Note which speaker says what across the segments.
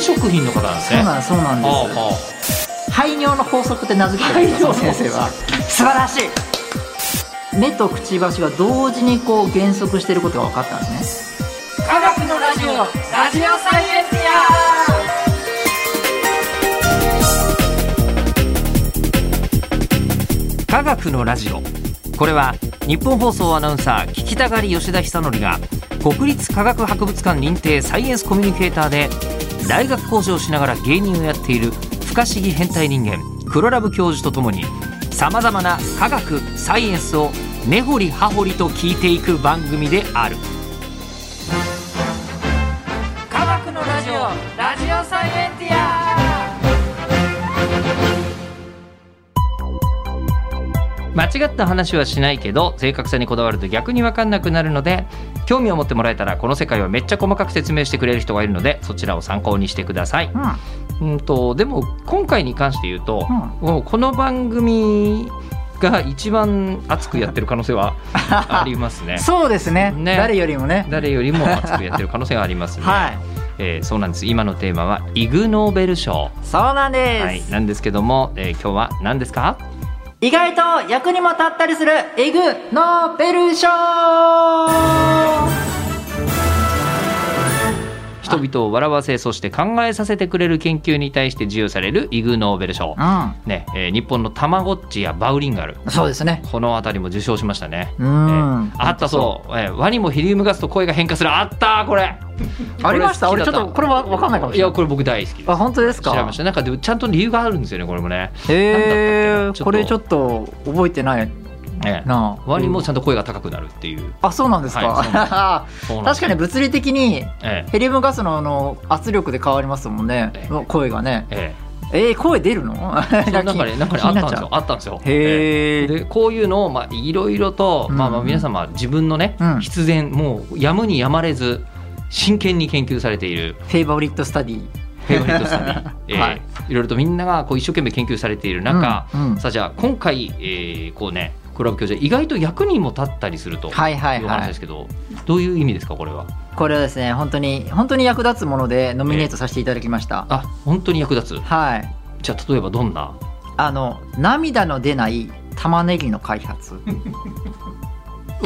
Speaker 1: 食品の方なんです
Speaker 2: そう
Speaker 1: ね
Speaker 2: なんそうなん
Speaker 1: は
Speaker 2: です排尿の法則って名付けたんですよ先生は素晴らしい目とくちばしが同時にこう減速していることが分かったんですね
Speaker 1: あはあ科学のラジオラジオサイエンティア科学のラジオこれは日本放送アナウンサー聞きたがり吉田久典が国立科学博物館認定サイエンスコミュニケーターで大学講師をしながら芸人をやっている不可思議変態人間黒ラブ教授とともにさまざまな科学サイエンスを根掘り葉掘りと聞いていく番組である。科学のラジオラジオサイエンティア間違った話はしないけど正確さにこだわると逆に分かんなくなるので興味を持ってもらえたらこの世界はめっちゃ細かく説明してくれる人がいるのでそちらを参考にしてください。
Speaker 2: うん
Speaker 1: うんとでも今回に関して言うと、
Speaker 2: うん。
Speaker 1: もうこの番組が一番熱くやってる可能性はありますね
Speaker 2: そうですね
Speaker 1: ね
Speaker 2: 誰よりもね
Speaker 1: 誰よりも熱くやってる可能性がありますね。
Speaker 2: はい
Speaker 1: えーそうなんです今のテーマはイグ・ノーベル賞、
Speaker 2: そうなんです、
Speaker 1: はい、なんですけども、えー今日は何ですか
Speaker 2: 意外と役にも立ったりするエグノーベル賞
Speaker 1: 人々を笑わせそして考えさせてくれる研究に対して授与されるイグ・ノーベル賞、
Speaker 2: う
Speaker 1: ねえー日本のたまごっちやバウリンガル
Speaker 2: んそうですね
Speaker 1: この辺りも受賞しましたね。
Speaker 2: う
Speaker 1: え
Speaker 2: ん、
Speaker 1: ーあったそう、えーワニもヒリウムガスと声が変化するあったこれ
Speaker 2: ありました
Speaker 1: これ好
Speaker 2: 俺ち
Speaker 1: き
Speaker 2: ょっ
Speaker 1: だ
Speaker 2: とこれは分かんないかもし
Speaker 1: い
Speaker 2: れな
Speaker 1: や
Speaker 2: い
Speaker 1: これ僕大好きです
Speaker 2: あ本当です
Speaker 1: 調
Speaker 2: か
Speaker 1: べましたなんかでもちゃんと理由があるんですよねこれもね、
Speaker 2: へえ
Speaker 1: ちょっと
Speaker 2: これちょっと覚えてない
Speaker 1: ええ
Speaker 2: なあ
Speaker 1: ワニも
Speaker 2: うん
Speaker 1: ちゃんと声が高くなるっていう
Speaker 2: あそうなんですか、
Speaker 1: はいそうそうなんで
Speaker 2: 確
Speaker 1: す
Speaker 2: かに物理的に
Speaker 1: ええ
Speaker 2: ヘリウムガスのあの圧力で変わりますもんね
Speaker 1: ええ
Speaker 2: の声がね
Speaker 1: ええ
Speaker 2: えー、声出るの
Speaker 1: そ う
Speaker 2: な
Speaker 1: なんかね、なんかね、あったんですよ。あったんですよ。え
Speaker 2: へ
Speaker 1: え
Speaker 2: え
Speaker 1: でこういうのをまあいろいろと、
Speaker 2: うん
Speaker 1: まあまあ皆様自分のね、
Speaker 2: うん
Speaker 1: 必然もうやむにやまれず真剣に研究されている
Speaker 2: フェイバリットスタディ
Speaker 1: フェイバリットさ んに、ええ
Speaker 2: はい
Speaker 1: い、ろいろとみんながこう一生懸命研究されている中、
Speaker 2: うんうん
Speaker 1: さあじゃあ今回、えーこうねクラブ教授は意外と役にも立ったりするという
Speaker 2: はいはい
Speaker 1: お
Speaker 2: は
Speaker 1: 話
Speaker 2: い
Speaker 1: ですけど、どういう意味ですかこれは
Speaker 2: これはですね本当に本当に役立つものでノミネートさせていただきました、
Speaker 1: あ本当に役立つ
Speaker 2: はい
Speaker 1: じゃあ例えばどんな
Speaker 2: あの涙の出ない玉ねぎの開発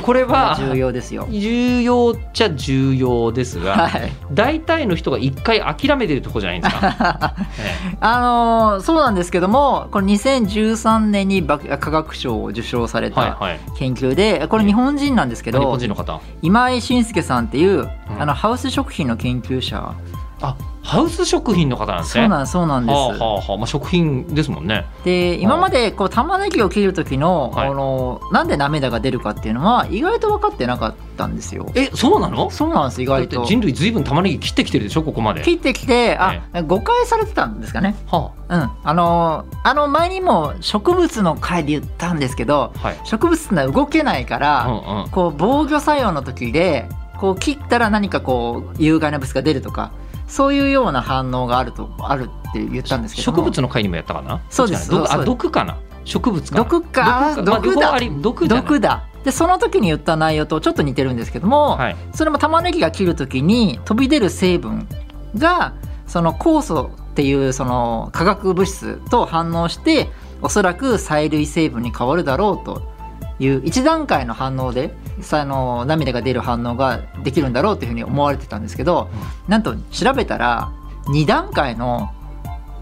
Speaker 1: これは
Speaker 2: 重要ですよ
Speaker 1: 重要っちゃ重要ですが、
Speaker 2: はい
Speaker 1: 大体の人が一回諦めてるとこじゃないんですか。 え
Speaker 2: あのーそうなんですけどもこれ2013年にば科学賞を受賞され
Speaker 1: えはい
Speaker 2: た
Speaker 1: はい。
Speaker 2: 研究でこれ日本人なんですけ
Speaker 1: 日
Speaker 2: ど
Speaker 1: 本人の方。
Speaker 2: 今井俊介さんっていう、
Speaker 1: ん
Speaker 2: あのハウス食品の研究者
Speaker 1: あ、ハウス食品の方なんです
Speaker 2: そ
Speaker 1: ね。
Speaker 2: うなんそうなんで
Speaker 1: はあ
Speaker 2: す
Speaker 1: はあはあ、まあ食品ですもんね。
Speaker 2: で今までこう玉ねぎを切る時の,、
Speaker 1: はい
Speaker 2: あのなんで涙が出るかっていうのは意外と分かってなかったんですよ
Speaker 1: え、そうなの？
Speaker 2: そうなんです意
Speaker 1: だっ
Speaker 2: 外
Speaker 1: て
Speaker 2: と
Speaker 1: 人類ずいぶん玉ねぎ切ってきてるでしょここまで。
Speaker 2: 切ってきてあ、誤解されてたんですかね
Speaker 1: は
Speaker 2: うんあのあの前にも植物の回で言ったんですけど
Speaker 1: あ、はい。
Speaker 2: 植物ってのは動けないか
Speaker 1: う
Speaker 2: ら、
Speaker 1: んうん。
Speaker 2: こう防御作用の時でこう切ったら何かこう有害な物質が出るとかそういうような反応があるとあるって言ったんですけども
Speaker 1: 植物の会にもやったかな。
Speaker 2: そうです
Speaker 1: どっちかな
Speaker 2: そう
Speaker 1: 毒あ、毒かな。植物かな。
Speaker 2: 毒か
Speaker 1: 毒まあ
Speaker 2: 毒だ
Speaker 1: 両方あり毒じゃない
Speaker 2: 毒だでその時に言った内容とちょっと似てるんですけども、
Speaker 1: はい。
Speaker 2: それも玉ねぎが切る時に飛び出る成分がその酵素っていうその化学物質と反応しておそらく催涙成分に変わるだろうという一段階の反応でさあの涙が出る反応ができるんだろうというふうに思われてたんですけどなんと調べたら2段階の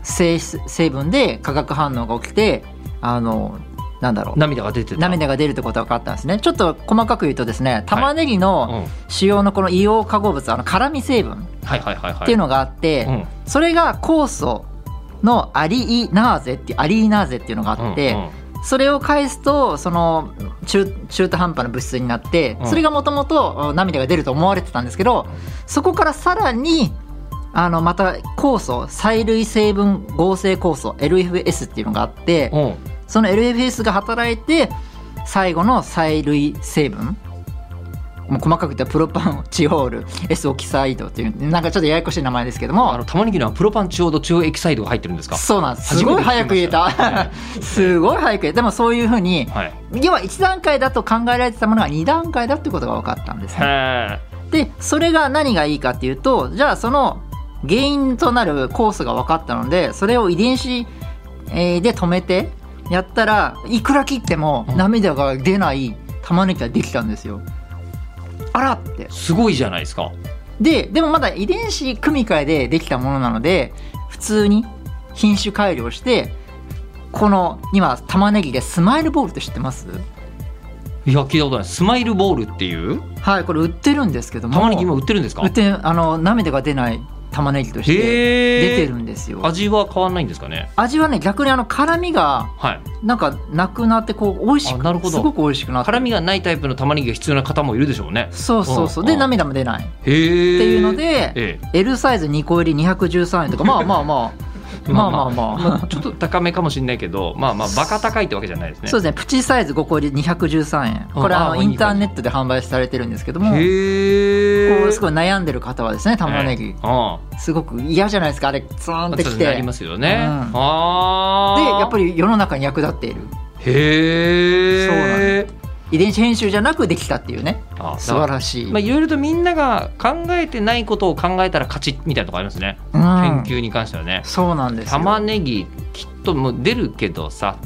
Speaker 2: 性質成分で化学反応が起きてあのなんだろう
Speaker 1: 涙が出てた。
Speaker 2: 涙が出るってことが分かったんですねちょっと細かく言うとですね玉ねぎ
Speaker 1: う
Speaker 2: の、
Speaker 1: ん。はい
Speaker 2: 主要のこの硫黄化合物あの辛み成分っ
Speaker 1: はいはいはい。
Speaker 2: ていう
Speaker 1: の。
Speaker 2: のがあって、
Speaker 1: うん。
Speaker 2: それが酵素のアリイナーゼっていうアリイナーゼっていうのがあって、
Speaker 1: うんうん
Speaker 2: それを返すとその中中途半端な物質になって
Speaker 1: うん
Speaker 2: それがもともと涙が出ると思われてたんですけどそこからさらにあのまた酵素催涙成分合成酵素 LFS っていうのがあって
Speaker 1: うん。
Speaker 2: その LFS が働いて最後の催涙成分もう細かく言ったらプロパンチオール S オキサイドっていうなんかちょっとややこしい名前ですけど
Speaker 1: あの
Speaker 2: も
Speaker 1: 玉ねぎのはプロパンチオード中エキサイドが入ってるんですか。
Speaker 2: そうなんですす
Speaker 1: 初め
Speaker 2: ご
Speaker 1: て
Speaker 2: い早く言え
Speaker 1: 聞きま
Speaker 2: たすごい早く言えたでもそういうふうに
Speaker 1: はい。
Speaker 2: 要は1段階だと考えられてたものが2段階だってことが分かったんですね
Speaker 1: へえ。
Speaker 2: でそれが何がいいかっていうとじゃあその原因となる酵素が分かったのでそれを遺伝子えーで止めてやったらいくら切っても
Speaker 1: うん
Speaker 2: 涙が出ない玉ねぎができたんですよ。あらって
Speaker 1: すごいじゃないですか
Speaker 2: ででもまだ遺伝子組み換えでできたものなので普通に品種改良してこの今玉ねぎでスマイルボールって知ってます
Speaker 1: いや聞いたことないスマイルボールっていう
Speaker 2: はいこれ売ってるんですけども
Speaker 1: 玉ねぎ今売ってるんですか
Speaker 2: 売ってあの涙が出ない玉ねぎとして出
Speaker 1: へ
Speaker 2: て
Speaker 1: え
Speaker 2: るんですよ
Speaker 1: 味は変わんないんですかね
Speaker 2: 味はね逆にあの辛みが
Speaker 1: はい
Speaker 2: なんかなくなってこう美味し
Speaker 1: あ
Speaker 2: く
Speaker 1: なるほど
Speaker 2: すごく美味しくなって
Speaker 1: 辛みがないタイプの玉ねぎが必要な方もいるでしょうね
Speaker 2: そうそうそ
Speaker 1: う
Speaker 2: う
Speaker 1: んう
Speaker 2: で
Speaker 1: ん
Speaker 2: 涙も出ない
Speaker 1: へ
Speaker 2: っ
Speaker 1: え
Speaker 2: ていうので
Speaker 1: え
Speaker 2: L サイズ2個入り213円と かまあまあまあまあまあまあ
Speaker 1: まあちょっと高めかもしれないけどまあまあバカ高いってわけじゃないですね
Speaker 2: そうですねプチサイズ5個入り213円
Speaker 1: うん
Speaker 2: これ
Speaker 1: あ
Speaker 2: あ
Speaker 1: あ
Speaker 2: の
Speaker 1: いい感じ
Speaker 2: インターネットで販売されてるんですけどもこ
Speaker 1: へえ
Speaker 2: うすごい悩んでる方はですね玉ねぎ
Speaker 1: あ
Speaker 2: すごく嫌じゃないですかあれツーンってき
Speaker 1: あな
Speaker 2: て
Speaker 1: り
Speaker 2: で
Speaker 1: ますよね、
Speaker 2: うん
Speaker 1: ああ
Speaker 2: やっぱ
Speaker 1: り
Speaker 2: り世の中に役立っている
Speaker 1: へえ
Speaker 2: そうなんで遺伝子編集じゃなくできたっていうね
Speaker 1: あ
Speaker 2: 素晴
Speaker 1: し
Speaker 2: らしい、
Speaker 1: まあ、いろいろとみんなが考えてないことを考えたら勝ちみたいなとこありますね、
Speaker 2: うん
Speaker 1: 研究に関してはね
Speaker 2: そうなんですよ
Speaker 1: 玉ねぎきっともう出るけどさ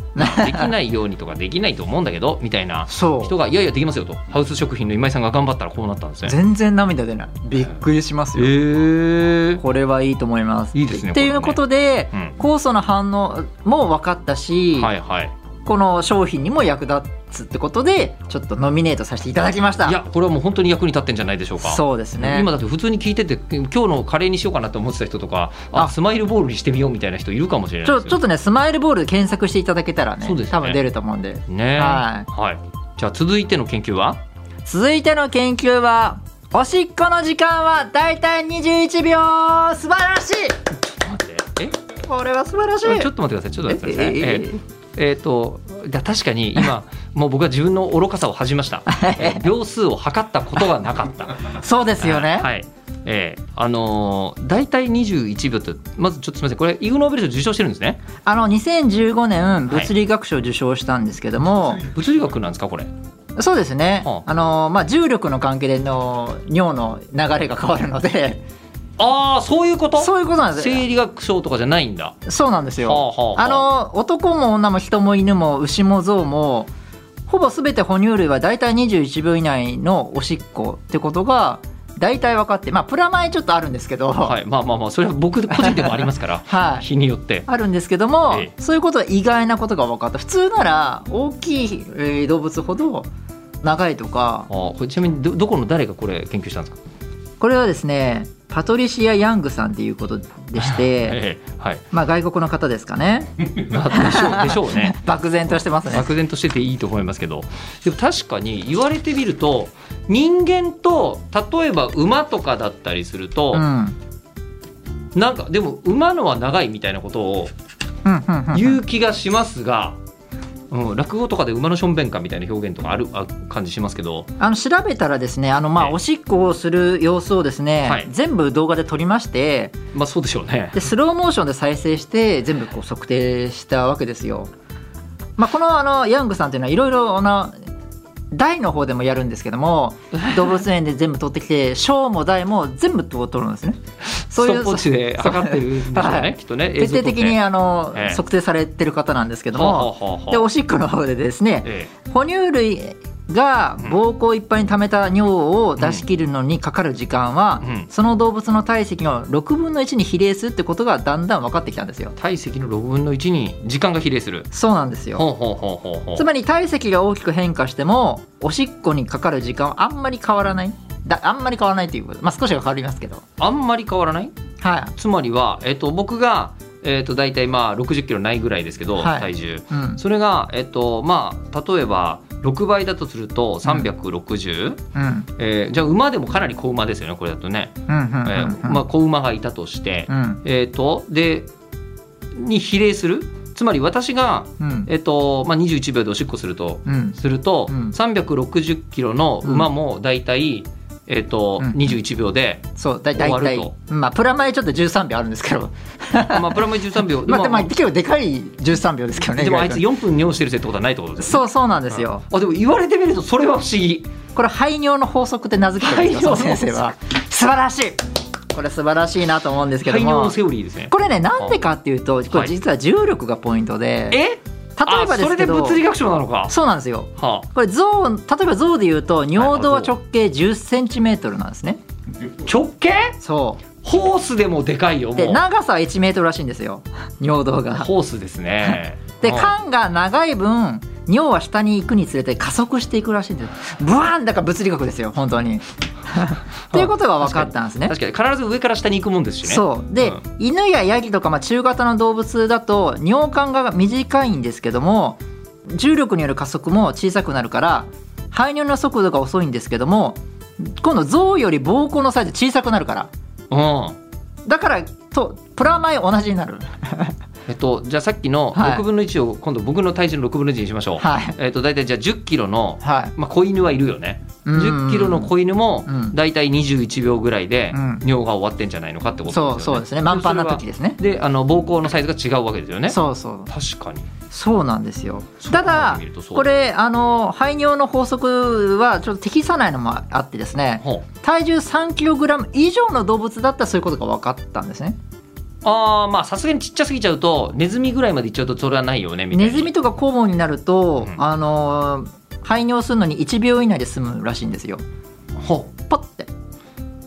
Speaker 1: できないようにとかできないと思うんだけ どみたいな
Speaker 2: そ
Speaker 1: 人がいやいやできますよとハウス食品の今井さんが頑張ったらこうなったんです
Speaker 2: う
Speaker 1: ね
Speaker 2: 全然涙出ないびっくりしますよ、
Speaker 1: へえ
Speaker 2: これはいいと思います
Speaker 1: いいですね
Speaker 2: っていうことで、
Speaker 1: うん
Speaker 2: 酵素の反応も分かったし、
Speaker 1: はいはい
Speaker 2: この商品にも役立つってことでちょっとノミネートさせていただきました
Speaker 1: いやこれはもう本当に役に立ってんじゃないでしょうか
Speaker 2: そうですね
Speaker 1: 今だって普通に聞いてて今日のカレーにしようかなと思ってた人とかあ
Speaker 2: あ
Speaker 1: スマイルボールにしてみようみたいな人いるかもしれない
Speaker 2: ち
Speaker 1: ですよ
Speaker 2: ょちょっとねスマイルボールで検索していただけたらね
Speaker 1: そうですね
Speaker 2: 多分出ると思うんで
Speaker 1: ね
Speaker 2: は
Speaker 1: はい、じゃあ続いての研究は
Speaker 2: 続いての研究はおしっこの時間はだいたい21秒素晴らしい
Speaker 1: 待ってえ
Speaker 2: これは素晴らし
Speaker 1: あ
Speaker 2: い
Speaker 1: ちょっと待ってくださいちょっと待ってください
Speaker 2: え
Speaker 1: え
Speaker 2: え
Speaker 1: ええーといや確かに今もう僕は自分の愚かさを恥じま した、えー秒数を測ったことがなかった
Speaker 2: そうです よね、
Speaker 1: はいえーあのー、大体21秒ってまずちょっとすみませんこれイグ・ノーベル賞受賞してるんですね
Speaker 2: あの2015年物理学賞を受賞したんですけども、
Speaker 1: 物理学なんですかこれ
Speaker 2: そうですね、
Speaker 1: は
Speaker 2: あのまあ、重力の関係での尿の流れが変わるので
Speaker 1: ああそういうこと
Speaker 2: そういうことなんですよ
Speaker 1: 生理学賞とかじゃないんだ
Speaker 2: そうなんですよ、
Speaker 1: はあはあ
Speaker 2: あの男も女も人も犬も牛も象もほぼ全て哺乳類は大体21秒以内のおしっこってことが大体分かってまあプラマイちょっとあるんですけど、
Speaker 1: はい、まあまあまあそれは僕個人でもありますから
Speaker 2: はい
Speaker 1: 日によって
Speaker 2: あるんですけども、
Speaker 1: え
Speaker 2: そういうことは意外なことが分かった普通なら大きいえー動物ほど長いとか
Speaker 1: あーこれちなみにどどこの誰がこれ研究したんですか
Speaker 2: これはですねパトリシア・ヤングさんっていうことでして
Speaker 1: ええはい、
Speaker 2: まあ外国の方ですかね
Speaker 1: まあ、でしょうでしょうね
Speaker 2: 漠然としてますね
Speaker 1: 漠然としてていいと思いますけどでも確かに言われてみると人間と例えば馬とかだったりすると
Speaker 2: う、ん
Speaker 1: なんかでも馬のは長いみたいなことを
Speaker 2: うんうんうん
Speaker 1: 言う気がしますが、うん、落語とかで馬のしょんべんかみたいな表現とかあるあ感じしますけど
Speaker 2: あの調べたらですねあのま
Speaker 1: え
Speaker 2: あ
Speaker 1: え
Speaker 2: おしっこをする様子をですね、
Speaker 1: はい
Speaker 2: 全部動画で撮りまして
Speaker 1: まあそうでしょうね。
Speaker 2: でスローモーションで再生して全部こう測定したわけですよ。まあ、このあのヤングさんというのはいろいろな大の方でもやるんですけ ども動物園で全部撮ってきて小も大も全部撮るんですね。
Speaker 1: ストップウォッチで
Speaker 2: そう
Speaker 1: 測ってるんでしょうね、
Speaker 2: はい
Speaker 1: きっとね
Speaker 2: 徹底的に
Speaker 1: っ
Speaker 2: あの、
Speaker 1: ええ
Speaker 2: 測定されてる方なんですけど
Speaker 1: はあは
Speaker 2: も、
Speaker 1: あはあ
Speaker 2: でおしっこの方でですね、
Speaker 1: え
Speaker 2: 哺乳類が
Speaker 1: うん
Speaker 2: 膀胱いっぱいに溜めた尿を出し切るのにかかる時間は、
Speaker 1: うん
Speaker 2: その動物の体積の6分の1に比例するってことがだんだん分かってきたんですよ
Speaker 1: え体積の6分の1に時間が比例する。
Speaker 2: そうなんですよ
Speaker 1: ほうほうほうほうほう
Speaker 2: つまり体積が大きく変化してもおしっこにかかる時間はあんまり変わらないだあんまり変わらないということまあ少しは変わりますけど
Speaker 1: あんまり変わらない
Speaker 2: は
Speaker 1: つまりは、えっと僕が、えっと大体まあ60キロないぐらいですけど、
Speaker 2: はい
Speaker 1: 体重
Speaker 2: い、うん
Speaker 1: それが、えっとまあ、例えば6倍だとすると360、
Speaker 2: うん
Speaker 1: えーじゃあ馬でもかなり子馬ですよねこれだとね、
Speaker 2: うんうんう
Speaker 1: え
Speaker 2: んうん
Speaker 1: ーまあ、子馬がいたとして、
Speaker 2: うん
Speaker 1: えっとでに比例するつまり私が、
Speaker 2: うん
Speaker 1: えっとまあ、21秒でおしっこすると
Speaker 2: うん
Speaker 1: すると、
Speaker 2: うん
Speaker 1: 360キロの馬もだいたい、えっと
Speaker 2: うん
Speaker 1: 21秒 で、
Speaker 2: そうだだいた
Speaker 1: 終
Speaker 2: い
Speaker 1: わる
Speaker 2: まあプラマイちょっと13秒あるんですけど
Speaker 1: まあ、プラマイ13秒
Speaker 2: まあでもまあ結構でかい13秒ですけどね
Speaker 1: でもあいつ
Speaker 2: 意外
Speaker 1: 4分尿してるせいってことはないってこと
Speaker 2: と
Speaker 1: ですよ
Speaker 2: そうそうなんで
Speaker 1: です
Speaker 2: よ、
Speaker 1: あでも言われてみるとそれは不思議
Speaker 2: これ排尿の法則って名付けてるんですよその
Speaker 1: 排
Speaker 2: 先
Speaker 1: 尿
Speaker 2: 生
Speaker 1: の
Speaker 2: は素晴らしいこれ素晴らしいなと思うんですけど
Speaker 1: 排尿の
Speaker 2: も
Speaker 1: セオリーですね
Speaker 2: これねなんでかっていうとこれ実は重力がポイントで、例
Speaker 1: え
Speaker 2: えば
Speaker 1: あそ
Speaker 2: です
Speaker 1: れ
Speaker 2: け
Speaker 1: で
Speaker 2: ど
Speaker 1: 物理学賞なのか
Speaker 2: そうなんですよ
Speaker 1: は
Speaker 2: これ象例えば象で言うと尿道は直径1 0トルなんですね
Speaker 1: あ直径
Speaker 2: そ
Speaker 1: ホースでもでかいよ
Speaker 2: う
Speaker 1: も
Speaker 2: で
Speaker 1: う
Speaker 2: 長さは1メートルらしいんですよ 尿道が
Speaker 1: ホースですね
Speaker 2: で
Speaker 1: は
Speaker 2: 管が長い分尿は下に行くにつれて加速していくらしいんですブワーンだから物理学ですよ本当 にっていうことが分かったんです
Speaker 1: あ
Speaker 2: ね
Speaker 1: 確かに必ず上から下に行くもんですしね
Speaker 2: そうで、
Speaker 1: うん
Speaker 2: 犬やヤギとか、まあ、中型の動物だと尿管が短いんですけども重力による加速も小さくなるから排尿の速度が遅いんですけども今度象より膀胱のサイズ小さくなるから
Speaker 1: うん
Speaker 2: だからとプラマイ同じになる
Speaker 1: えっとじゃあさっきの
Speaker 2: はい
Speaker 1: 6分の1を今度僕の体重の6分の1にしましょう、
Speaker 2: はい
Speaker 1: えっと大体じゃあ1 0キロの、
Speaker 2: はい
Speaker 1: まあ、子犬はいるよね1 0キロの
Speaker 2: うん
Speaker 1: 子犬も
Speaker 2: うん
Speaker 1: 大体21秒ぐらいで
Speaker 2: うん
Speaker 1: 尿が終わってんじゃないのかってことですよ
Speaker 2: そ
Speaker 1: ね
Speaker 2: うそうですね満帆な時ですね
Speaker 1: であの膀胱のサイズが違うわけですよね
Speaker 2: そうそう
Speaker 1: 確かに
Speaker 2: そうなんですよ
Speaker 1: そう
Speaker 2: た
Speaker 1: 考え
Speaker 2: だ
Speaker 1: てみるとそう
Speaker 2: これあの排尿の法則はちょっと適さないのもあってですね
Speaker 1: ほう
Speaker 2: 体重 3kg 以上の動物だったらそういうことが分かったんですね
Speaker 1: ああまあさすがにちっちゃすぎちゃうとネズミぐらいまでいっちゃうとそれはないよねみたい
Speaker 2: ネ
Speaker 1: な
Speaker 2: ズミとかコウモリになると、
Speaker 1: うん
Speaker 2: あの排尿するのに1秒以内で済むらしいんですよ
Speaker 1: ほ
Speaker 2: ポッて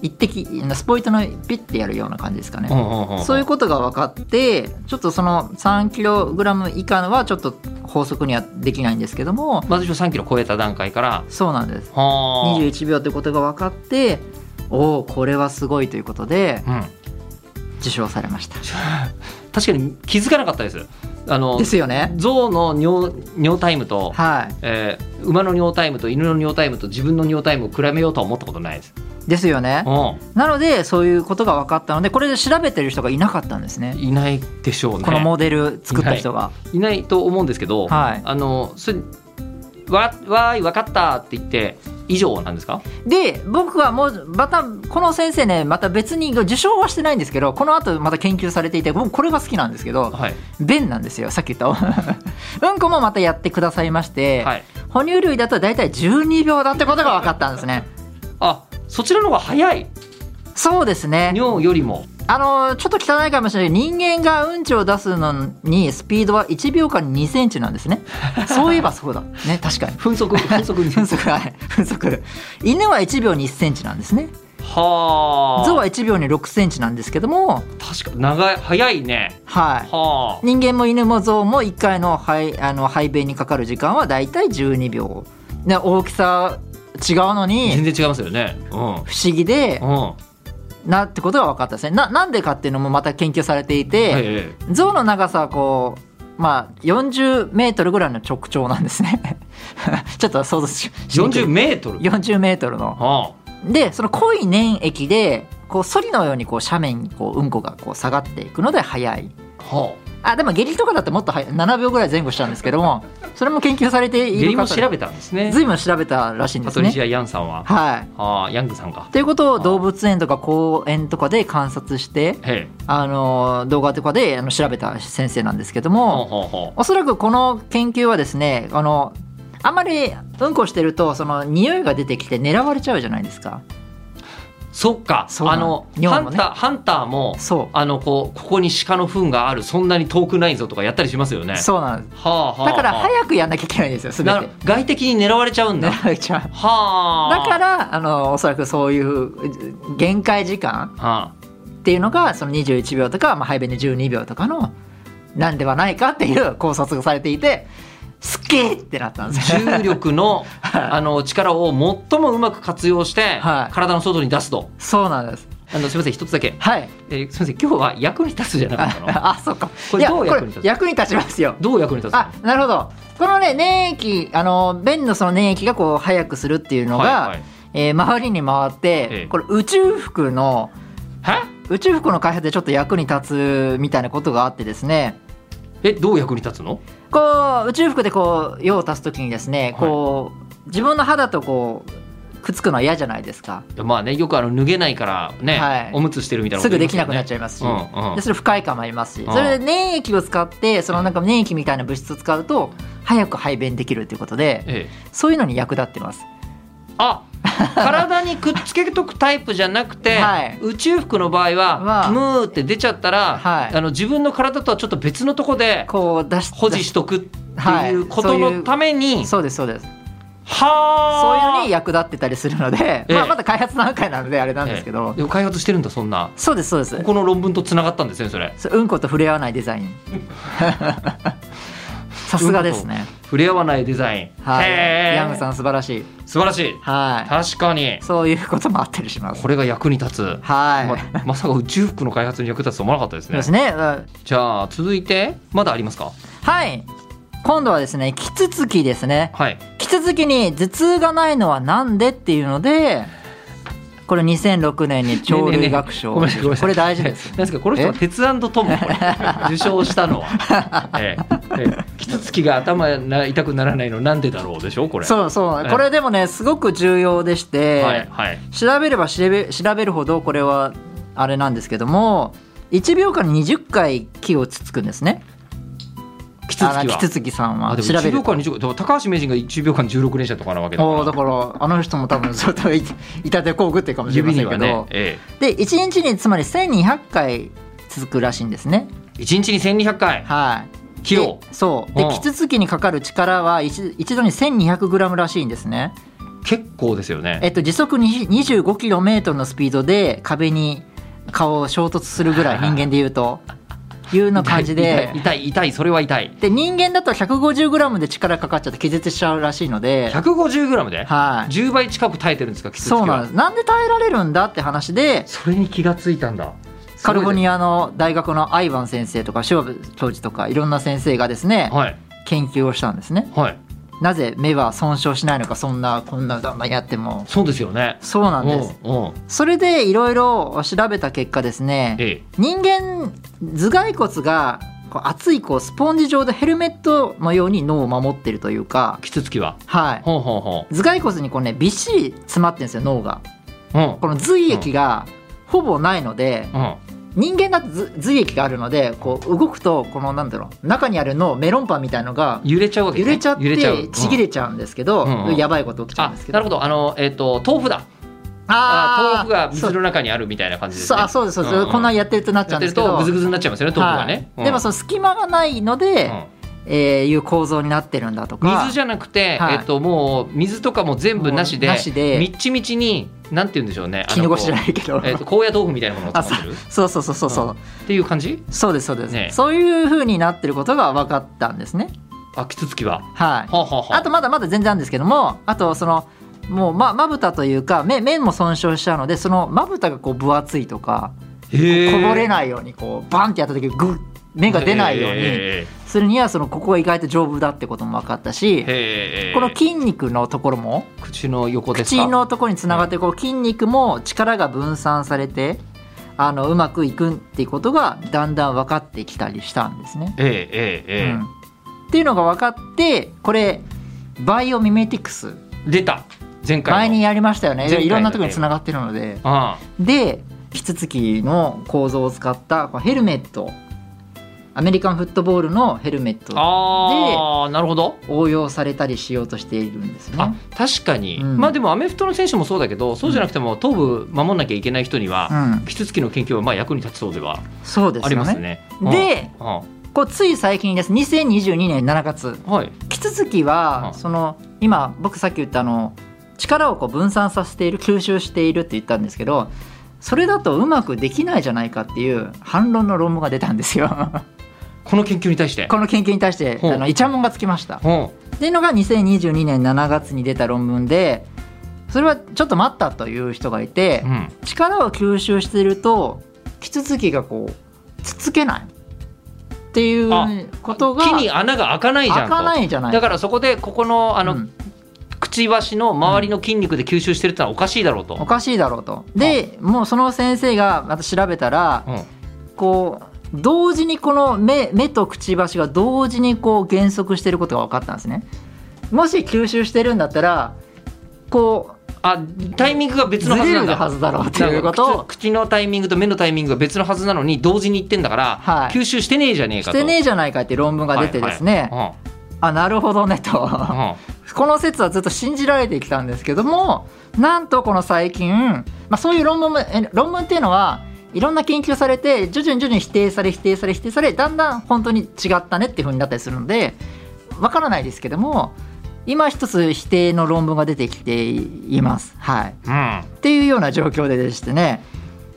Speaker 2: 一滴スポイトのピッてやるような感じですか
Speaker 1: うう
Speaker 2: ね
Speaker 1: んうんうん
Speaker 2: そういうことが分かってちょっとその 3kg 以下のはちょっと法則にはできないんですけども
Speaker 1: まず3キロ超えた段階から
Speaker 2: そうなんです
Speaker 1: はー
Speaker 2: 21秒ってことが分かっておおこれはすごいということで
Speaker 1: うん、
Speaker 2: 受賞されました
Speaker 1: 確かに気づかなかったですあの
Speaker 2: ですよね
Speaker 1: 象の尿尿タイムと、
Speaker 2: は
Speaker 1: えー馬の尿タイムと犬の尿タイムと自分の尿タイムを比べようとは思ったことないです、
Speaker 2: いですよね
Speaker 1: う
Speaker 2: なのでそういうことが分かったのでこれで調べてる人がいなかったんですね
Speaker 1: ん、いないでしょうね
Speaker 2: このモデル作った人が
Speaker 1: いないと思うんですけど、
Speaker 2: はい
Speaker 1: あのそれわわーい分かったって言って以上なんですか
Speaker 2: で僕はもうまたこの先生ねまた別に受賞はしてないんですけどこの後また研究されていて僕これが好きなんですけど
Speaker 1: はい
Speaker 2: 便なんですよさっき言った うんこもまたやってくださいまして、
Speaker 1: はい
Speaker 2: 哺乳類だと大体12秒だってことが分かったんですね
Speaker 1: あそちらの方が早い
Speaker 2: そうですね
Speaker 1: 尿よりも
Speaker 2: あのちょっと汚いかもしれない人間がうんちを出すのにスピードは1秒間に2センチなんですねそういえばそうだね確かに
Speaker 1: 分 速分速
Speaker 2: 分速はい分速犬は1秒に1センチなんですね
Speaker 1: はあ
Speaker 2: 象は1秒に6センチなんですけども
Speaker 1: 確か長い早いね
Speaker 2: はい
Speaker 1: は
Speaker 2: 人間も犬も象も1回の排あの排便にかかる時間はだいたい12秒ね大きさ違うの
Speaker 1: あ全
Speaker 2: に
Speaker 1: 然違いますよねうん
Speaker 2: 不思議で
Speaker 1: うん
Speaker 2: なってことが分かったんですねななんでかっていうのもまた研究されていて、
Speaker 1: え
Speaker 2: 象の長さはこうまあ40メートルぐらいの直腸なんですね ちょっと想像し
Speaker 1: 40メートル
Speaker 2: 40メートルの
Speaker 1: は
Speaker 2: でその濃い粘液でこうソリのようにこう斜面にこううんこがこう下がっていくので速い
Speaker 1: あは
Speaker 2: あでも下痢とかだってもっと早い7秒ぐらい前後したんですけどもそれも研究されて
Speaker 1: あ
Speaker 2: い
Speaker 1: 下痢
Speaker 2: る
Speaker 1: も
Speaker 2: 方
Speaker 1: 調
Speaker 2: で
Speaker 1: べたんですね
Speaker 2: 随分調べたらしいんで
Speaker 1: パ
Speaker 2: す
Speaker 1: トリ
Speaker 2: ね
Speaker 1: シア・ヤンさんは
Speaker 2: はい
Speaker 1: ああヤングさんか
Speaker 2: ということを動物園とか公園とかで観察して
Speaker 1: へえ
Speaker 2: あの動画とかであの調べた先生なんですけど
Speaker 1: ほ
Speaker 2: も
Speaker 1: うほうほ
Speaker 2: おそらくこの研究はですねあのあまりうんこしてるとその匂いが出てきて狙われちゃうじゃないですか
Speaker 1: うそっか
Speaker 2: そうな
Speaker 1: あ
Speaker 2: の
Speaker 1: のハ
Speaker 2: 尿も
Speaker 1: ン
Speaker 2: ね
Speaker 1: ターハンターも
Speaker 2: そ
Speaker 1: あのこうここに鹿の糞があるそんなに遠くないぞとかやったりしますよね
Speaker 2: うそうなんです
Speaker 1: はあはあ
Speaker 2: だから
Speaker 1: はあ
Speaker 2: 早くやんなきゃいけないんですよ全て
Speaker 1: なる外敵に狙われちゃうんだ
Speaker 2: 狙われちゃう
Speaker 1: はあ
Speaker 2: だからあのおそらくそういう限界時間
Speaker 1: は
Speaker 2: っていうのがその21秒とか、まあ、排便で12秒とかのなんではないかっていう考察がされていてすっげーってなったんですよ
Speaker 1: 重力のあの力を最もうまく活用して、
Speaker 2: はい
Speaker 1: 体の外に出すと
Speaker 2: そうなんです
Speaker 1: あのすみません一つだけ、
Speaker 2: はい
Speaker 1: えーすみません今日は役に立つじゃなかったの
Speaker 2: あそっか
Speaker 1: これどう役に立つ
Speaker 2: いやこれ役に立ちますよ
Speaker 1: どう役に立つの
Speaker 2: あなるほどこのね粘液あの便のその粘液がこう速くするっていうのが、
Speaker 1: はいはい
Speaker 2: えー周りに回って、
Speaker 1: ええ
Speaker 2: これ宇宙服の
Speaker 1: は
Speaker 2: 宇宙服の開発でちょっと役に立つみたいなことがあってですね
Speaker 1: えどう役に立つの
Speaker 2: こう宇宙服でこう用を足す時にです
Speaker 1: は
Speaker 2: ね
Speaker 1: い
Speaker 2: こう、自分の肌とこうくっつくのは嫌じゃないですか
Speaker 1: まあねよくあの脱げないからね、
Speaker 2: はい
Speaker 1: おむつしてるみたいな
Speaker 2: すぐできなくなっ
Speaker 1: ゃ
Speaker 2: ちゃいますし、
Speaker 1: うんうん
Speaker 2: でそれ不快感もありますし
Speaker 1: うん
Speaker 2: それで粘液を使ってそのなんか粘液みたいな物質を使うと早く排便できるということで
Speaker 1: ええ
Speaker 2: そういうのに役立ってます
Speaker 1: あ体にくっつけとくタイプじゃなくて、
Speaker 2: はい
Speaker 1: 宇宙服の場合は、
Speaker 2: まあ
Speaker 1: ムーって出ちゃったら、
Speaker 2: はい
Speaker 1: あの自分の体とはちょっと別のとこで
Speaker 2: こう出し
Speaker 1: 保持しとくっていうこと
Speaker 2: はいそうい
Speaker 1: の
Speaker 2: う
Speaker 1: ために、
Speaker 2: そうですそうですそういう
Speaker 1: はあ
Speaker 2: のに役立ってたりするので、
Speaker 1: ええ
Speaker 2: まあ、まだ開発段階なのであれなんですけど、
Speaker 1: でも開発してるんだそんな
Speaker 2: そうですそうです
Speaker 1: ここの論文とつながったんですねそれ
Speaker 2: そううんこと触れ合わないデザ インさすがですね、
Speaker 1: 触れ合わないデザイン
Speaker 2: はい、
Speaker 1: へえ
Speaker 2: ヤングさん素晴らしい
Speaker 1: 素晴らしい
Speaker 2: は
Speaker 1: 確かに
Speaker 2: いそういうこともあったりします
Speaker 1: これが役に立つ
Speaker 2: はい、
Speaker 1: ままさか宇宙服の開発に役立つと思わなかったです
Speaker 2: そう
Speaker 1: ね
Speaker 2: ですねうん
Speaker 1: じゃあ続いてまだありますか
Speaker 2: はい今度はですねキツツキですね
Speaker 1: はい
Speaker 2: キツツキに頭痛がないのはなんでっていうのでこれ2006年に鳥類学賞、
Speaker 1: ねえねえねえごめんなさいごめんなさい
Speaker 2: これ大 事です
Speaker 1: えなんですかこの人は
Speaker 2: え
Speaker 1: 鉄腕とトムこ れ受賞したのは、ええええ、キツツキが頭な痛くならないのなんでだろうでしょこれ
Speaker 2: そうそう
Speaker 1: え
Speaker 2: これでもねすごく重要でして、
Speaker 1: はいはい
Speaker 2: 調べれば調べ調べるほどこれはあれなんですけども1秒間に20回木をつつくんですね
Speaker 1: キツツキ
Speaker 2: あの
Speaker 1: は
Speaker 2: キツツキさん
Speaker 1: あ
Speaker 2: は
Speaker 1: でも
Speaker 2: 調べ
Speaker 1: 1
Speaker 2: る
Speaker 1: 秒間20でも高橋名人が1秒間16連射とかなわけだか
Speaker 2: おーだ
Speaker 1: ら
Speaker 2: からあの人も多分 それといたて工具っていうかもしれま
Speaker 1: 指
Speaker 2: せ
Speaker 1: に
Speaker 2: んけ
Speaker 1: は
Speaker 2: ど、
Speaker 1: ね、え
Speaker 2: で1日につまり1200回続くらしいんですね
Speaker 1: え、1日に1200回
Speaker 2: はい
Speaker 1: 木を
Speaker 2: でそうで
Speaker 1: うん
Speaker 2: キツツキにかかる力は一一度に 1200g らしいんですね
Speaker 1: 結構ですよね
Speaker 2: えっと時速に 25km のスピードで壁に顔を衝突する ぐらい人間で言うというような感じで
Speaker 1: 痛い痛い痛いそれは痛い
Speaker 2: で人間だと 150g で力かかっちゃって気絶しちゃうらしいので
Speaker 1: 150g で
Speaker 2: はい
Speaker 1: 10倍近く耐えてるんですかキツツキは
Speaker 2: そうなんですなんで耐えられるんだって話で
Speaker 1: それに気がついたんだ
Speaker 2: カルフォ
Speaker 1: ア
Speaker 2: ニアの大学のアイバン先生とか塩部教授とかいろんな先生がですね
Speaker 1: はい
Speaker 2: 研究をしたんですね
Speaker 1: はい
Speaker 2: なぜ目は損傷しないのかそんなこんなだんだんやっても
Speaker 1: そうですよね
Speaker 2: そうなんです
Speaker 1: うんうん
Speaker 2: それでいろいろ調べた結果ですね
Speaker 1: え
Speaker 2: 人間頭蓋骨がこう厚いこうスポンジ状でヘルメットのように脳を守ってるというか
Speaker 1: えキツツキは
Speaker 2: はい
Speaker 1: ほうほうほ
Speaker 2: 頭蓋骨にこうねびっしり詰まってるんですよ脳が
Speaker 1: ううん
Speaker 2: この髄液がほぼないので
Speaker 1: うん
Speaker 2: 人間だとず髄液があるのでこう動くとこのなんだろう中にある脳メロンパンみたいのが
Speaker 1: 揺れちゃうわけね
Speaker 2: 揺れちゃって
Speaker 1: ううん
Speaker 2: ちぎれちゃうんですけど、
Speaker 1: うんうん
Speaker 2: やばいこと起きちゃうん
Speaker 1: あ
Speaker 2: ですけど
Speaker 1: なるほどあのえっと豆腐だあ
Speaker 2: あ
Speaker 1: 豆腐が水
Speaker 2: そう
Speaker 1: の中にあるみたいな感じです
Speaker 2: そう
Speaker 1: ね
Speaker 2: あそうですそうです、
Speaker 1: うんうん
Speaker 2: こんなんやってるとなっち
Speaker 1: や
Speaker 2: ゃう
Speaker 1: っ
Speaker 2: ん
Speaker 1: てる
Speaker 2: ですけど
Speaker 1: とグズグズになっちゃいますよね豆腐が
Speaker 2: はい
Speaker 1: ねうん
Speaker 2: でもその隙間がないので、
Speaker 1: うん
Speaker 2: えーいう構造になってるんだとか
Speaker 1: 水じゃなくて、
Speaker 2: はい
Speaker 1: えっと、もう水とかも全部なしで
Speaker 2: もうなしで
Speaker 1: みっちみちになんて言うんでしょうねあ
Speaker 2: 絹
Speaker 1: の
Speaker 2: ごしじゃないけど、
Speaker 1: こうえっと、高野豆腐みたいなものを
Speaker 2: あ
Speaker 1: 使ってるっ
Speaker 2: そうそうそうそうそう、
Speaker 1: ていう感じ
Speaker 2: そうですそうです、
Speaker 1: ね
Speaker 2: そういうふうになってることが分かったんですね
Speaker 1: あキツツキは。
Speaker 2: は
Speaker 1: は
Speaker 2: い
Speaker 1: あはあはあ
Speaker 2: あとまだまだ全然あるんですけどもあとそのもうままぶたというか目目も損傷しちゃうのでそのまぶたがこう分厚いとか
Speaker 1: こぼ
Speaker 2: こぼれ
Speaker 1: い
Speaker 2: ないようにこうバンってやった時グッ目が出ないように
Speaker 1: へ
Speaker 2: するにはそのここが意外と丈夫だってことも分かったし
Speaker 1: え
Speaker 2: この筋肉のところも
Speaker 1: 口の横ですか
Speaker 2: 口のところにつながってこう筋肉も力が分散されてあのうまくいくっていうことがだんだん分かってきたりしたんですね。
Speaker 1: えええええ
Speaker 2: うんっていうのが分かってこれバイオミメティクス
Speaker 1: え出た前回の
Speaker 2: 前にやりましたよね
Speaker 1: 前回の
Speaker 2: いろんなところにつながってるので
Speaker 1: あ
Speaker 2: でキツツキの構造を使ったこうヘルメットアメリカンフットボールのヘルメッ
Speaker 1: あ
Speaker 2: ト
Speaker 1: ああなるほど
Speaker 2: 応用されたりしようとしているんです
Speaker 1: あ
Speaker 2: ね。
Speaker 1: 確かに、
Speaker 2: うん
Speaker 1: まあでもアメフトの選手もそうだけどそうじゃなくても頭部守んなきゃいけない人に
Speaker 2: う
Speaker 1: は、
Speaker 2: ん、
Speaker 1: キツツキの研究はまあ役に立ちそうでは
Speaker 2: そうで
Speaker 1: あ
Speaker 2: す
Speaker 1: り
Speaker 2: よ
Speaker 1: ます
Speaker 2: ね。
Speaker 1: ね。う
Speaker 2: で
Speaker 1: ん、うん
Speaker 2: こうつい最近です2022年7月
Speaker 1: はい、
Speaker 2: キツツキは、
Speaker 1: うん
Speaker 2: その今僕さっき言ったあの力をこう分散させている吸収しているって言ったんですけどそれだとうまくできないじゃないかっていう反論の論文が出たんで すよ
Speaker 1: この研究に対して。
Speaker 2: この研究に対して
Speaker 1: ほう
Speaker 2: あのイチャモンがつきましたっ
Speaker 1: うん、
Speaker 2: ていうのが2022年7月に出た論文でそれはちょっと待ったという人がいて
Speaker 1: うん、
Speaker 2: 力を吸収しているとキツツキがこうつっつけないってい
Speaker 1: あ
Speaker 2: うことが
Speaker 1: 木に穴が開かないじゃん
Speaker 2: 開
Speaker 1: と。
Speaker 2: かないじゃない
Speaker 1: だからそこでここのあの、
Speaker 2: うん
Speaker 1: くちばしの周りの筋肉で吸収してるってのはおかしいだろうと。
Speaker 2: おかしいだろうとでもうその先生がまた調べたら
Speaker 1: うん、
Speaker 2: こう同時にこの目目とくちばしが同時にこう減速してることが分かったんですねもし吸収してるんだったらこ
Speaker 1: あタイミングが別
Speaker 2: うず
Speaker 1: のはず
Speaker 2: れ
Speaker 1: なん
Speaker 2: る
Speaker 1: だ
Speaker 2: はずだろうっていうこと
Speaker 1: なん
Speaker 2: を
Speaker 1: か口口のタイミングと目のタイミングが別のはずなのに同時に言ってんだから、
Speaker 2: はい
Speaker 1: 吸収してねえじゃねえ
Speaker 2: し
Speaker 1: かと。
Speaker 2: てねえじゃないかっていう論文が出てですね、
Speaker 1: はいはい
Speaker 2: あなるほどねと
Speaker 1: うんうん
Speaker 2: この説はずっと信じられてきたんですけどもなんとこの最近、まあ、そういう論文もえ論文っていうのはいろんな研究されて徐々に徐々に否定され否定され否定されだんだん本当に違ったねっていう風になったりするのでわからないですけども今一つ否定の論文が出てきています。はい、
Speaker 1: うん
Speaker 2: っていうような状況ででしてね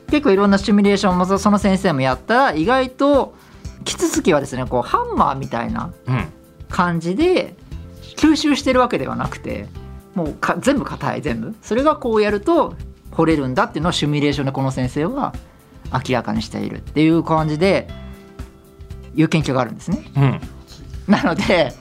Speaker 2: 結構いろんなシミュレーションもそその先生もやったら意外とキツツキはですねこうハンマーみたいな
Speaker 1: うん
Speaker 2: 感じで吸収してるわけではなくてもうか全部硬い全部それがこうやると掘れるんだっていうのをシミュレーションでこの先生は明らかにしているっていう感じでいう研究があるんですね。
Speaker 1: うん
Speaker 2: なので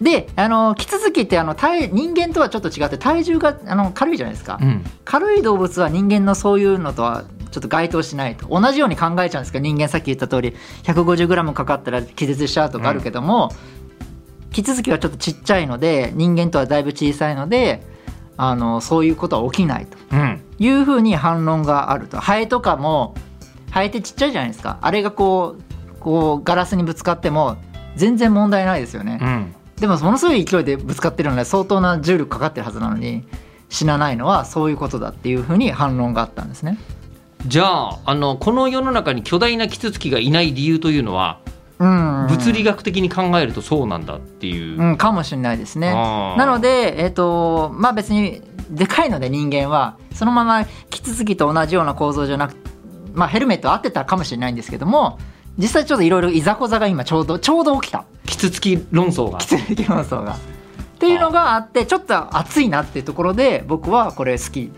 Speaker 2: であのキツツキってあの体人間とはちょっと違って体重があの軽いじゃないですか
Speaker 1: う。ん
Speaker 2: 軽い動物は人間のそういうのとはちょっと該当しないと同じように考えちゃうんですけど人間さっき言った通り 150g かかったら気絶しちゃうとかあるけども、キツツキはちょっとちっちゃいので人間とはだいぶ小さいのであのそういうことは起きないと
Speaker 1: うん
Speaker 2: いうふうに反論があるとハエとかもハエってちっちゃいじゃないですかあれがこうこうガラスにぶつかっても全然問題ないですよね。
Speaker 1: うん
Speaker 2: でもものすごい勢いでぶつかってるので相当な重力かかってるはずなのに死なないのはそういうことだっていうふうに反論があったんですね。
Speaker 1: じゃああのこの世の中に巨大なキツツキがいない理由というのは
Speaker 2: うん、
Speaker 1: 物理学的に考えるとそうなんだっていう、
Speaker 2: うんかもしれないですね。
Speaker 1: あー
Speaker 2: なので、えっとまあ、別にでかいので人間はそのままキツツキと同じような構造じゃなく、まあ、ヘルメット合ってたかもしれないんですけども実際ちょっといろいろいざこざが今ちょうどちょうど起きた
Speaker 1: キツツキ論争が
Speaker 2: キツツキ論争が。っていうのがあってちょっと熱いなっていうところで僕はこれ好き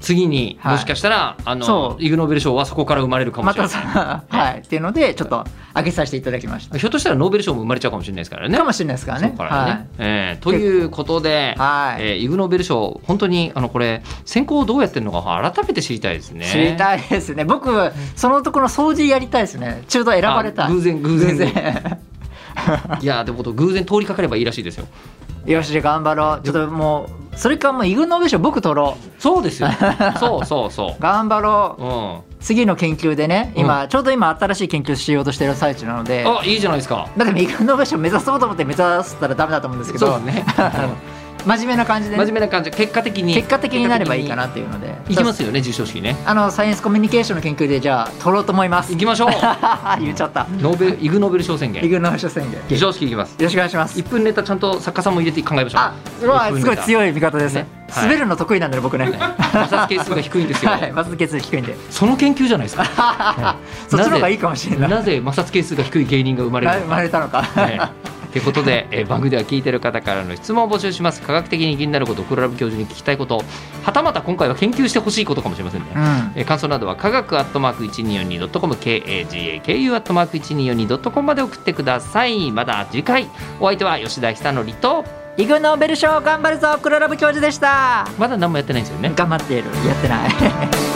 Speaker 1: 次に
Speaker 2: はい
Speaker 1: もしかしたら、あ
Speaker 2: そ
Speaker 1: の
Speaker 2: う
Speaker 1: イグ・ノーベル賞はそこから生まれるかも
Speaker 2: ま
Speaker 1: しれな
Speaker 2: た
Speaker 1: い、
Speaker 2: そのはい、っていうのでちょっと上げさせていただきました。
Speaker 1: ひょっとしたらノーベル賞も生まれちゃうかもしれないですからね。
Speaker 2: かもしれないですからね。
Speaker 1: そうからねえーということで、
Speaker 2: はい。はい
Speaker 1: えーイグ・ノーベル賞本当にあのこれ選考どうやってるのか改めて知りたいですね。
Speaker 2: 知りたいですね。僕そのところ掃除やりたいですね。中途選ばれた
Speaker 1: あ
Speaker 2: い。
Speaker 1: 偶然偶然
Speaker 2: 偶然
Speaker 1: いやでも偶然通りかかればいいらしいですよ。
Speaker 2: よし頑張ろう。ちょっともうそれかもうイグノーベル賞僕取ろ。
Speaker 1: そうですよ。そうそうそう
Speaker 2: 頑張ろ
Speaker 1: う。うん。
Speaker 2: う。次の研究でね、今、ちょうど今新しい研究しようとしてる最中なので。
Speaker 1: あいいじゃないですか。
Speaker 2: だってイグノーベル賞目指そうと思って目指したらダメだと思うんですけ
Speaker 1: そ
Speaker 2: ど、
Speaker 1: うですね。
Speaker 2: 真面目な感じで、
Speaker 1: 真面目
Speaker 2: ね、
Speaker 1: な感じ結果的に
Speaker 2: 結果的になればいいかなっていうので。
Speaker 1: いきますよね授賞式ね。
Speaker 2: あのサイエンスコミュニケーションの研究でじゃあ取ろうと思い ます
Speaker 1: 行。きましょう。
Speaker 2: 言っちゃった。
Speaker 1: ノーベルイグ・ノーベル賞宣
Speaker 2: イ
Speaker 1: 言。
Speaker 2: グノーベル賞宣言。よ
Speaker 1: 授賞式いきます。
Speaker 2: ろしくお願いします
Speaker 1: 一。分ネタちゃんと作家さんも入れて考えましょう。
Speaker 2: あ、うわすご い
Speaker 1: い。
Speaker 2: 強い味方ですね
Speaker 1: ね。はい
Speaker 2: 滑るの得意なんで僕ね。
Speaker 1: 摩擦係数が低いんですよ。
Speaker 2: はい、まず血圧低いんで。
Speaker 1: その研究じゃないですか。
Speaker 2: そっちの方がいいかもしれな い。
Speaker 1: なぜ摩擦係数が低い芸人が生まれる
Speaker 2: 生
Speaker 1: のか。
Speaker 2: まれたのか。
Speaker 1: ねということで、えー番組では聞いてる方からの質問を募集します科学的に気になること黒ラブ教授に聞きたいことはたまた今回は研究してほしいことかもしれませんね、
Speaker 2: うん。
Speaker 1: えー感想などは科学アットマーク 1242.com KAGAKU アットマーク 1242.com まで送ってくださいまた次回お相手は吉田久典と
Speaker 2: イグノーベル賞頑張るぞ、黒ラブ教授でした。
Speaker 1: まだ何もやってないんですよね
Speaker 2: 頑張っている。やってない。